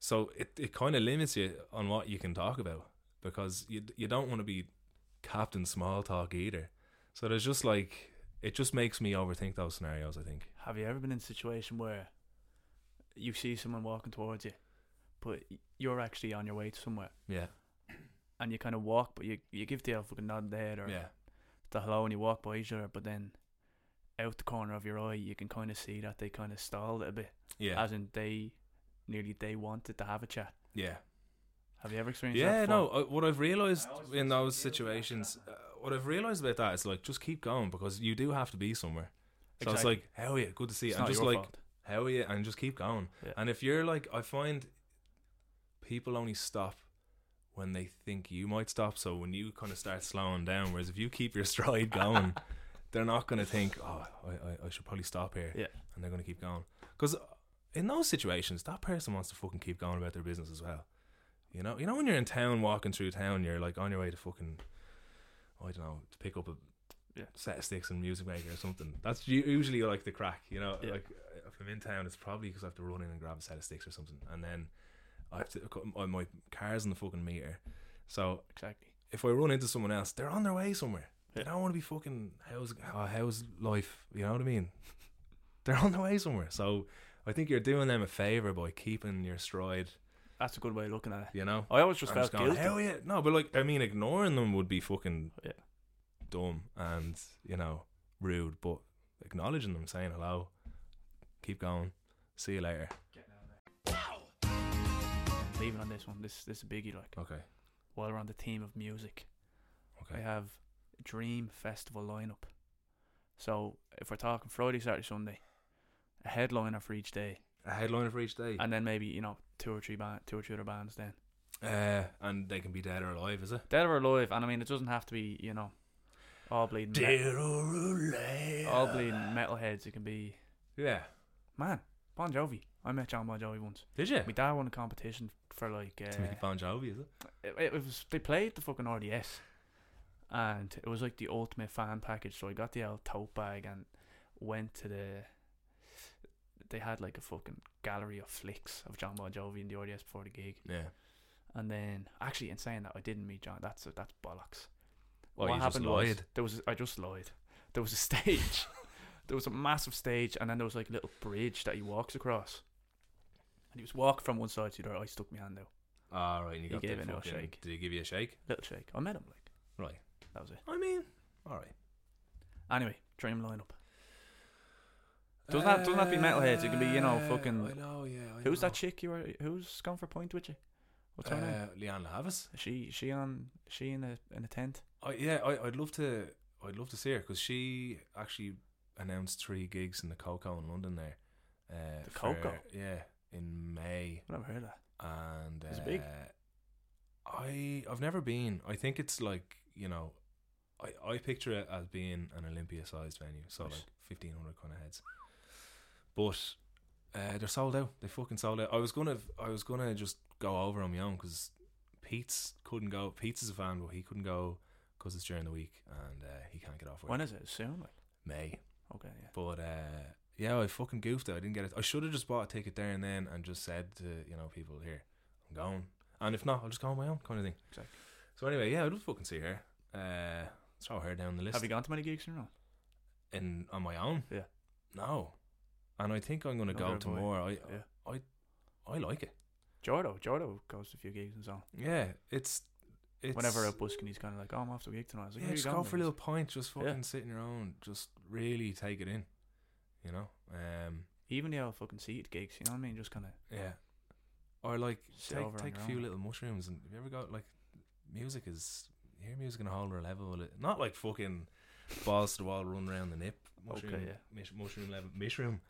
Speaker 3: So it it kind of limits you on what you can talk about because you you don't want to be captain small talk either. So there's just like it just makes me overthink those scenarios. I think.
Speaker 1: Have you ever been in a situation where you see someone walking towards you, but y- you're actually on your way to somewhere,
Speaker 3: Yeah.
Speaker 1: and you kind of walk, but you you give the old fucking nod there or
Speaker 3: Yeah.
Speaker 1: the hello, and you walk by each other, but then out the corner of your eye, you can kind of see that they kind of stalled it a bit,
Speaker 3: Yeah.
Speaker 1: as in they nearly they wanted to have a chat.
Speaker 3: yeah.
Speaker 1: Have you ever experienced that?
Speaker 3: Yeah,
Speaker 1: before?
Speaker 3: no. uh, What I've realized in those situations, uh, what I've realized about that is like just keep going because you do have to be somewhere. So
Speaker 1: Exactly.
Speaker 3: it's like, how are you? Good to see you.
Speaker 1: It's
Speaker 3: and
Speaker 1: not
Speaker 3: just
Speaker 1: your
Speaker 3: like,
Speaker 1: fault.
Speaker 3: how are you? And just keep going.
Speaker 1: Yeah.
Speaker 3: And if you're like, I find people only stop when they think you might stop. So when you kind of start slowing down, whereas if you keep your <laughs>
Speaker 1: <laughs>
Speaker 3: stride going, they're not going to think, oh, I, I, I should probably stop here.
Speaker 1: Yeah.
Speaker 3: And they're going to keep going. Because in those situations, that person wants to fucking keep going about their business as well. You know, you know when you're in town, walking through town, you're like on your way to fucking, I don't know, to pick up a
Speaker 1: Yeah.
Speaker 3: set of sticks and music maker or something. That's u- usually like the crack, you know.
Speaker 1: Yeah.
Speaker 3: Like uh, if I'm in town, it's probably because I have to run in and grab a set of sticks or something, and then I have to. uh, My car's in the fucking meter, so
Speaker 1: exactly.
Speaker 3: if I run into someone else, they're on their way somewhere. They
Speaker 1: Yeah.
Speaker 3: don't want to be fucking how's oh, how's life. You know what I mean? <laughs> They're on their way somewhere. So I think you're doing them a favor by keeping your stride.
Speaker 1: That's a good way of looking at it.
Speaker 3: You know.
Speaker 1: I always just
Speaker 3: I'm
Speaker 1: felt
Speaker 3: going,
Speaker 1: guilty.
Speaker 3: Hell yeah. No, but like, I mean, ignoring them would be fucking
Speaker 1: Yeah.
Speaker 3: dumb and, you know, rude. But acknowledging them, saying hello, keep going, see you later.
Speaker 1: Leaving on this one, this this is a biggie. Like
Speaker 3: Okay.
Speaker 1: while we're on the theme of music, I
Speaker 3: Okay.
Speaker 1: have Dream Festival lineup. So if we're talking Friday, Saturday, Sunday, a headliner for each day,
Speaker 3: A headliner for each day.
Speaker 1: and then maybe you know two or three band, two or three other bands. Then
Speaker 3: uh, and they can be dead or alive, is it?
Speaker 1: dead or alive, and I mean it doesn't have to be you know all bleeding me-
Speaker 3: or alive.
Speaker 1: all bleeding metalheads. It can be
Speaker 3: Yeah.
Speaker 1: man Bon Jovi. I met John Bon Jovi once.
Speaker 3: Did you?
Speaker 1: My dad won a competition for like
Speaker 3: It's Mickey
Speaker 1: uh,
Speaker 3: Bon Jovi, is it?
Speaker 1: it, it was they played the fucking RDS, and it was like the ultimate fan package. So I got the old tote bag and went to the. They had like a fucking gallery of flicks of John Bon Jovi in the RDS before the gig,
Speaker 3: Yeah.
Speaker 1: and then actually in saying that I didn't meet John. That's that's bollocks.
Speaker 3: Well, you just
Speaker 1: was
Speaker 3: lied.
Speaker 1: there was I just lied. There was a stage.
Speaker 3: <laughs>
Speaker 1: there was a massive stage, and then there was like a little bridge that he walks across. And he was walking from one side to the other. I stuck my hand out,
Speaker 3: All right. And you
Speaker 1: He
Speaker 3: got
Speaker 1: gave
Speaker 3: the
Speaker 1: it no
Speaker 3: fucking-
Speaker 1: shake.
Speaker 3: Did he give you a shake?
Speaker 1: little shake. I met him like
Speaker 3: Right.
Speaker 1: that was it.
Speaker 3: I mean, all right.
Speaker 1: Anyway, dream lineup. Doesn't that- doesn't that be metalheads? It can be, you know,
Speaker 3: Uh,
Speaker 1: fucking-
Speaker 3: I know, yeah. I
Speaker 1: Who's
Speaker 3: know.
Speaker 1: that chick you were? Who's gone for a point with you? What's her name?
Speaker 3: Uh, Leanne Lavis.
Speaker 1: Is She is she on is she in a in a tent?
Speaker 3: I, yeah, I, I'd love to. I'd love to see her because she actually announced three gigs in the Coco in London there. Uh,
Speaker 1: The Coco?
Speaker 3: for- yeah, in May
Speaker 1: I never heard of that.
Speaker 3: and uh,
Speaker 1: Is it big?
Speaker 3: I I've never been. I think it's like you know, I I picture it as being an Olympia sized venue, so
Speaker 1: Nice.
Speaker 3: like fifteen hundred kind of heads. But uh, they're sold out. They fucking sold out. I was gonna I was gonna just go over on my own because Pete's couldn't go. Pete's is a fan, but he couldn't go because it's during the week and uh, he can't get off work.
Speaker 1: When is it? Soon, like
Speaker 3: May.
Speaker 1: okay, yeah.
Speaker 3: But uh, yeah, I fucking goofed it. I didn't get it. I should have just bought a ticket there and then and just said to you know people here, I'm going. And if not, I'll just go on my own kind of thing.
Speaker 1: Exactly.
Speaker 3: So anyway, yeah, I'd love to fucking see her. Uh, throw her down the list.
Speaker 1: Have you gone to many gigs in a row?
Speaker 3: in on my own?
Speaker 1: Yeah.
Speaker 3: No. And I think I'm gonna
Speaker 1: No,
Speaker 3: go
Speaker 1: neither
Speaker 3: to
Speaker 1: have I.
Speaker 3: more. I
Speaker 1: Yeah.
Speaker 3: I like it.
Speaker 1: Jordo, Jordo goes to a few gigs and so on.
Speaker 3: Yeah, it's it's
Speaker 1: Whenever out busking, he's kind of like, oh, I'm off to a gig tonight. I was like,
Speaker 3: yeah,
Speaker 1: "Where you
Speaker 3: just
Speaker 1: going
Speaker 3: go
Speaker 1: with
Speaker 3: for a
Speaker 1: this?"
Speaker 3: little pint, just
Speaker 1: Yeah.
Speaker 3: fucking sit in your own, just really take it in, you know. Um,
Speaker 1: Even the old fucking seated gigs, you know what I mean? Just kind of.
Speaker 3: yeah, or like
Speaker 1: Sit
Speaker 3: take
Speaker 1: over on
Speaker 3: take
Speaker 1: your
Speaker 3: a few
Speaker 1: own.
Speaker 3: little mushrooms, and have you ever got like music is you hear music on a whole other level. with it- Not like fucking balls to the wall, run around the nip, mushroom,
Speaker 1: Okay, yeah.
Speaker 3: mush- mushroom level, mushroom.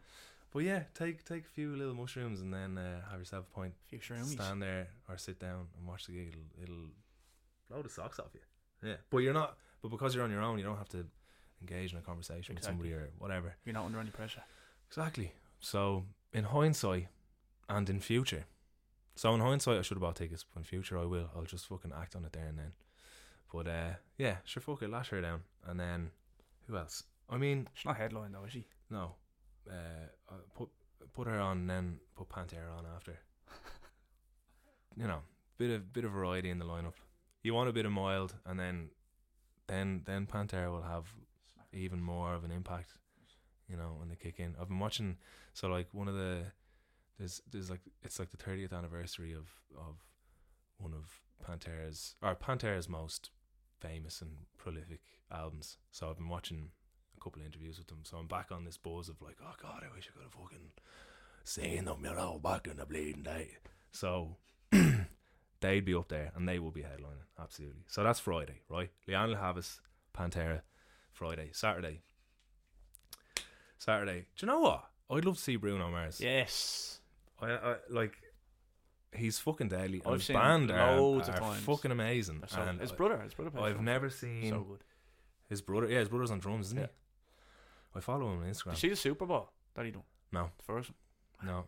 Speaker 3: But yeah, take take a few little mushrooms and then uh, have yourself a pint.
Speaker 1: few shroomies.
Speaker 3: stand there or sit down and watch the gig. It'll, it'll blow the socks off you. Yeah, but you're not. But because you're on your own, you don't have to engage in a
Speaker 1: Exactly.
Speaker 3: conversation with somebody or whatever.
Speaker 1: You're not under any pressure.
Speaker 3: Exactly. So in hindsight, and in future, so in hindsight, I should have bought tickets. But in future, I will. I'll just fucking act on it there and then. But uh, yeah, sure, fuck it, lash her down, and then who else? I mean,
Speaker 1: She's not headline though, is she?
Speaker 3: no, uh, I put put her on, and then put Pantera on after. you know, bit of bit of variety in the lineup. You want a bit of mild, and then then then Pantera will have even more of an impact. You know, when they kick in. I've been watching. So like one of the there's there's like it's like the 30th anniversary of of one of Pantera's or Pantera's most famous and prolific albums. So I've been watching a couple of interviews with them. So I'm back on this buzz of like, oh god, I wish I could have fucking seen them, you know, back in the bleeding day. So <clears throat> they'd be up there and they will be headlining, absolutely. So that's Friday, right? Leanne Havis, Pantera, Friday, Saturday. Saturday. Do you know what? I'd love to see Bruno Mars.
Speaker 1: Yes.
Speaker 3: I, I like he's fucking deadly.
Speaker 1: I've
Speaker 3: and his
Speaker 1: seen
Speaker 3: band are,
Speaker 1: loads of
Speaker 3: are
Speaker 1: times.
Speaker 3: fucking amazing.
Speaker 1: So,
Speaker 3: and
Speaker 1: his
Speaker 3: I-
Speaker 1: brother, his brother. plays
Speaker 3: I've
Speaker 1: for-
Speaker 3: never seen
Speaker 1: So good.
Speaker 3: his brother. Yeah, his brother's on drums, isn't
Speaker 1: Yeah.
Speaker 3: he? I follow him on
Speaker 1: Did
Speaker 3: Instagram.
Speaker 1: you see the Super Bowl? That he done.
Speaker 3: No.
Speaker 1: The first one.
Speaker 3: no,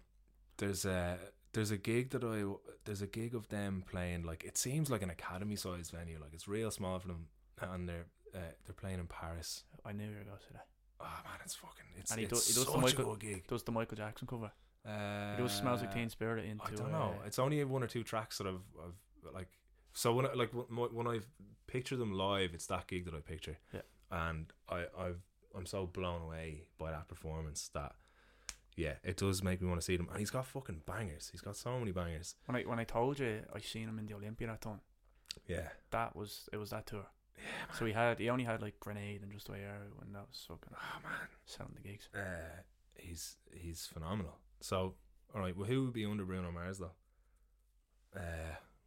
Speaker 3: there's a there's a gig that I there's a gig of them playing like it seems like an academy sized venue, like it's real small for them, and they're uh, they're playing in Paris.
Speaker 1: I knew you were going to say that.
Speaker 3: Oh man, it's fucking it's,
Speaker 1: And he
Speaker 3: it's
Speaker 1: do- he does the
Speaker 3: such
Speaker 1: Michael-
Speaker 3: a good gig.
Speaker 1: Does the Michael Jackson cover?
Speaker 3: Uh,
Speaker 1: It does smells like Teen Spirit into.
Speaker 3: I don't know.
Speaker 1: uh,
Speaker 3: It's only one or two tracks that I've, I've like. So when I, like when my- when I've pictured them live, it's that gig that I picture.
Speaker 1: Yeah.
Speaker 3: And I I've I'm so blown away by that performance that yeah, it does make me want to see them. And he's got fucking bangers. He's got so many bangers.
Speaker 1: when I when I told you I seen him in the Olympia that time.
Speaker 3: Yeah.
Speaker 1: That was it was that tour. Yeah. So he had he only had like Grenade and Just the Way Out, and that was fucking
Speaker 3: Oh man.
Speaker 1: selling the gigs.
Speaker 3: Uh, he's he's phenomenal. So all right, well, who would be under Bruno Mars though? Uh,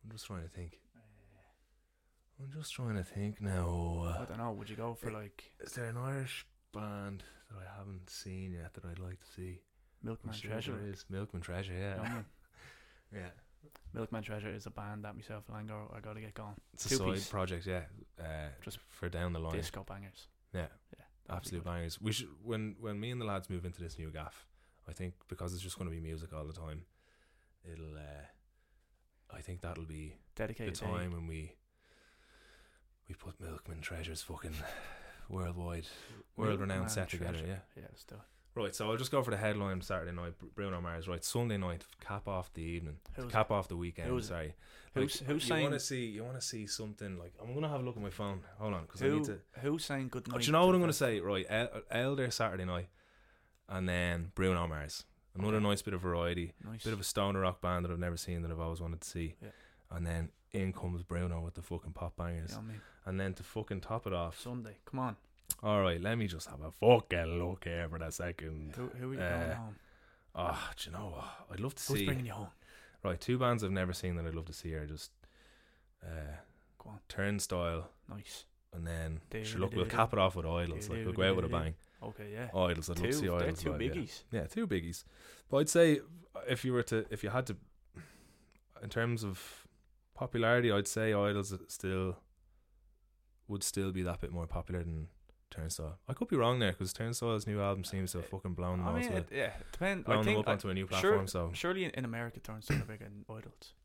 Speaker 3: I'm just trying to think.
Speaker 1: Uh.
Speaker 3: I'm just trying to think now.
Speaker 1: I don't know. Would you go for
Speaker 3: it-
Speaker 1: like
Speaker 3: Is there an Irish band that I haven't seen yet that I'd like to see? I'm
Speaker 1: Milkman
Speaker 3: sure
Speaker 1: Treasure?
Speaker 3: there is. Milkman Treasure,
Speaker 1: You know what
Speaker 3: yeah.
Speaker 1: I mean?
Speaker 3: yeah.
Speaker 1: Milkman Treasure is a band that myself and Lango are going to get going.
Speaker 3: It's a
Speaker 1: Two
Speaker 3: side
Speaker 1: piece.
Speaker 3: project, yeah. Uh,
Speaker 1: Just
Speaker 3: Just for down the line.
Speaker 1: Disco bangers.
Speaker 3: Yeah.
Speaker 1: Yeah.
Speaker 3: Absolute bangers. We should when when me and the lads move into this new gaff, I think because it's just gonna be music all the time, it'll uh, I think that'll be the
Speaker 1: Dedicated
Speaker 3: time when we we put Milkman Treasure's fucking worldwide world
Speaker 1: Milkman
Speaker 3: renowned set together, eh?
Speaker 1: Treasure.
Speaker 3: yeah.
Speaker 1: Yeah, let's do it.
Speaker 3: Right, so I'll just go for the headline Saturday night, Br- Bruno Mars. Right, Sunday night, cap off the evening,
Speaker 1: Who's
Speaker 3: cap off the weekend.
Speaker 1: Who's it?
Speaker 3: sorry,
Speaker 1: Who's-
Speaker 3: Like,
Speaker 1: who's
Speaker 3: you want
Speaker 1: saying-
Speaker 3: to see? You want to see something like I'm gonna have a look at my phone. Hold on, because I
Speaker 1: who,
Speaker 3: need to.
Speaker 1: who's saying good
Speaker 3: Oh,
Speaker 1: night?
Speaker 3: do you know what
Speaker 1: to
Speaker 3: I'm gonna
Speaker 1: the-
Speaker 3: say? Right, El- Elder Saturday night, and then Bruno Mars. Another nice bit of variety,
Speaker 1: Nice.
Speaker 3: bit of a stoner rock band that I've never seen that I've always wanted to see,
Speaker 1: Yeah.
Speaker 3: and then in comes Bruno with the fucking pop
Speaker 1: You
Speaker 3: bangers,
Speaker 1: know what I
Speaker 3: <laughs>
Speaker 1: mean?
Speaker 3: and then to fucking top it off.
Speaker 1: Sunday. Come on.
Speaker 3: all right, let me just have a fucking look here for a second.
Speaker 1: Who, who are you going
Speaker 3: Uh,
Speaker 1: home?
Speaker 3: Ah, do you know what? I'd love to
Speaker 1: Who's
Speaker 3: see.
Speaker 1: bringing you home?
Speaker 3: Right, two bands I've never seen that I'd love to see are just uh,
Speaker 1: Go on.
Speaker 3: Turnstile
Speaker 1: Nice.
Speaker 3: and then
Speaker 1: Do,
Speaker 3: sure, look,
Speaker 1: do,
Speaker 3: we'll
Speaker 1: do.
Speaker 3: cap it off with Idols.
Speaker 1: Do,
Speaker 3: Like we'll
Speaker 1: do,
Speaker 3: go out
Speaker 1: do,
Speaker 3: with a
Speaker 1: do.
Speaker 3: bang.
Speaker 1: Okay, yeah.
Speaker 3: Idols, Oh, I'd love to see
Speaker 1: two, they're
Speaker 3: Idols.
Speaker 1: two
Speaker 3: live, yeah.
Speaker 1: biggies.
Speaker 3: Yeah. two biggies. But I'd say if you were to, if you had to, in terms of popularity, I'd say Idols still would still be that bit more popular than Turnstile. I could be wrong there because Turnstile's new album seems to have fucking blown them,
Speaker 1: Uh, I
Speaker 3: all
Speaker 1: mean,
Speaker 3: to
Speaker 1: it, yeah. Depend. I
Speaker 3: blown them
Speaker 1: think
Speaker 3: up
Speaker 1: I-
Speaker 3: onto a new
Speaker 1: sure-
Speaker 3: platform. so
Speaker 1: surely in, in America, turns into bigger than idols.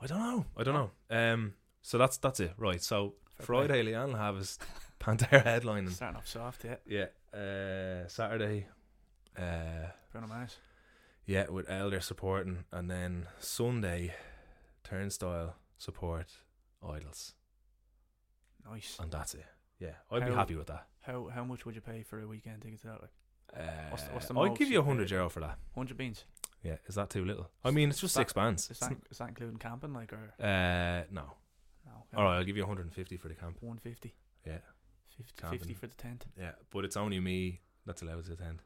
Speaker 3: I don't know. I don't know. Um. So that's that's it. Right. So
Speaker 1: Fair play.
Speaker 3: Friday, Leanne have his <laughs> Pantera headline.
Speaker 1: Starting off soft, yeah.
Speaker 3: Yeah. Uh. Saturday. Uh.
Speaker 1: Bruno Mars.
Speaker 3: Yeah, with Elder supporting, and then Sunday, Turnstile, support, idols,
Speaker 1: Nice.
Speaker 3: and that's it. Yeah, I'd be
Speaker 1: How-
Speaker 3: happy with that.
Speaker 1: How how much would you pay for a weekend ticket to that? Like
Speaker 3: Uh,
Speaker 1: What's the- what's the
Speaker 3: I'd
Speaker 1: most
Speaker 3: give you
Speaker 1: you
Speaker 3: a hundred
Speaker 1: paid?
Speaker 3: euro for that.
Speaker 1: hundred beans.
Speaker 3: Yeah, is that too little? I mean, it's just
Speaker 1: That-
Speaker 3: six bands.
Speaker 1: Is
Speaker 3: It's
Speaker 1: that is that including camping? Like or
Speaker 3: n- uh, no.
Speaker 1: no?
Speaker 3: All right, I'll give you 150 for the camp.
Speaker 1: One fifty.
Speaker 3: Yeah.
Speaker 1: 50,
Speaker 3: Camping.
Speaker 1: 50 for the tent.
Speaker 3: Yeah, but it's only me that's allowed to attend.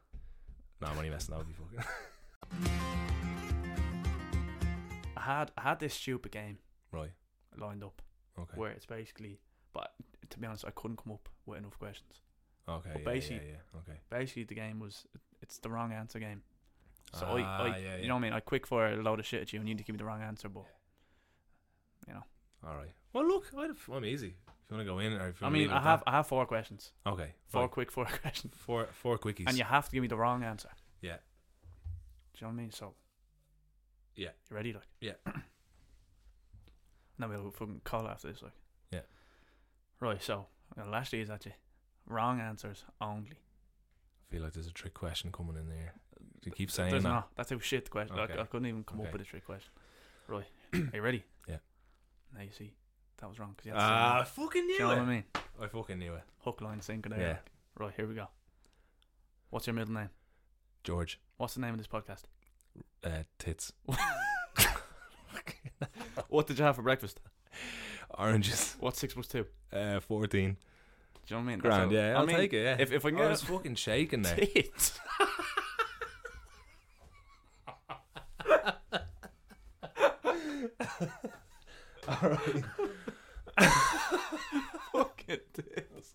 Speaker 3: No, I'm only messing. That would be fucking. <laughs>
Speaker 1: I had I had this stupid game
Speaker 3: right.
Speaker 1: lined up
Speaker 3: Okay.
Speaker 1: where it's basically, but to be honest, I couldn't come up with enough questions.
Speaker 3: okay.
Speaker 1: but
Speaker 3: yeah,
Speaker 1: basically-
Speaker 3: yeah, yeah. Okay.
Speaker 1: Basically, the game was it's the wrong answer game. So
Speaker 3: Ah,
Speaker 1: I, I
Speaker 3: yeah,
Speaker 1: you
Speaker 3: yeah.
Speaker 1: know what I mean? I quick fire a load of shit at you and you need to give me the wrong answer, but
Speaker 3: All right. Well, look, I'd, I'm easy. If you want to go in, or if you
Speaker 1: I
Speaker 3: wanna
Speaker 1: mean,
Speaker 3: leave it
Speaker 1: I
Speaker 3: at
Speaker 1: have
Speaker 3: that.
Speaker 1: I have four questions,
Speaker 3: okay.
Speaker 1: four
Speaker 3: fine.
Speaker 1: quick four <laughs> questions,
Speaker 3: four, four quickies.
Speaker 1: and you have to give me the wrong answer.
Speaker 3: Yeah.
Speaker 1: Do you know what I mean? So.
Speaker 3: Yeah.
Speaker 1: You ready, like? <clears throat>
Speaker 3: Yeah.
Speaker 1: now we'll fucking call after this, like.
Speaker 3: Yeah.
Speaker 1: Right. So I'm gonna lash these at you. Wrong answers only.
Speaker 3: I feel like there's a trick question coming in there. You keep saying
Speaker 1: There's
Speaker 3: that.
Speaker 1: not. That's a shit question. I c-
Speaker 3: Okay.
Speaker 1: I, couldn't even come
Speaker 3: Okay.
Speaker 1: up with a trick question. Right. <clears throat> Are you ready?
Speaker 3: Yeah.
Speaker 1: Now you see, that was wrong. 'cause you had to say
Speaker 3: Ah, I
Speaker 1: no.
Speaker 3: fucking
Speaker 1: Do you know
Speaker 3: knew
Speaker 1: what I
Speaker 3: it.
Speaker 1: mean?
Speaker 3: I fucking knew it.
Speaker 1: Hook, line, sinker. There.
Speaker 3: Yeah.
Speaker 1: Right. Here we go. What's your middle name?
Speaker 3: George,
Speaker 1: What's the name of this podcast? <laughs>
Speaker 3: uh, tits, <laughs>
Speaker 1: What did you have for breakfast?
Speaker 3: oranges,
Speaker 1: What's six plus two?
Speaker 3: uh, fourteen
Speaker 1: Do you know what I mean? That's
Speaker 3: grand.
Speaker 1: all-
Speaker 3: Yeah, I'll
Speaker 1: mean,
Speaker 3: take it. Yeah. Oh,
Speaker 1: If if I can
Speaker 3: I
Speaker 1: get
Speaker 3: was fucking shaking there.
Speaker 1: <laughs> Tits. All right. Fucking tits.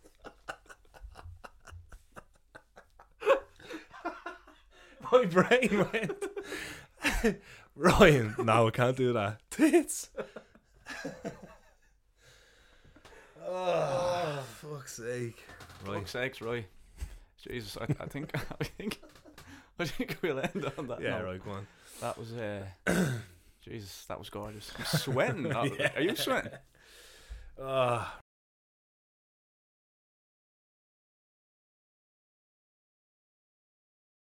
Speaker 3: <laughs> My brain went. <laughs> Ryan, no, I can't do that. <laughs> Tits. oh, fuck's sake. <laughs> Right.
Speaker 1: Fuck's sakes, right? Jesus, I, I think <laughs> I think I think we'll end on that.
Speaker 3: Yeah,
Speaker 1: note.
Speaker 3: right, go on.
Speaker 1: That was uh, <coughs>
Speaker 3: <laughs>
Speaker 1: Jesus, that was gorgeous. I'm sweating. Are you sweating?
Speaker 3: Ah,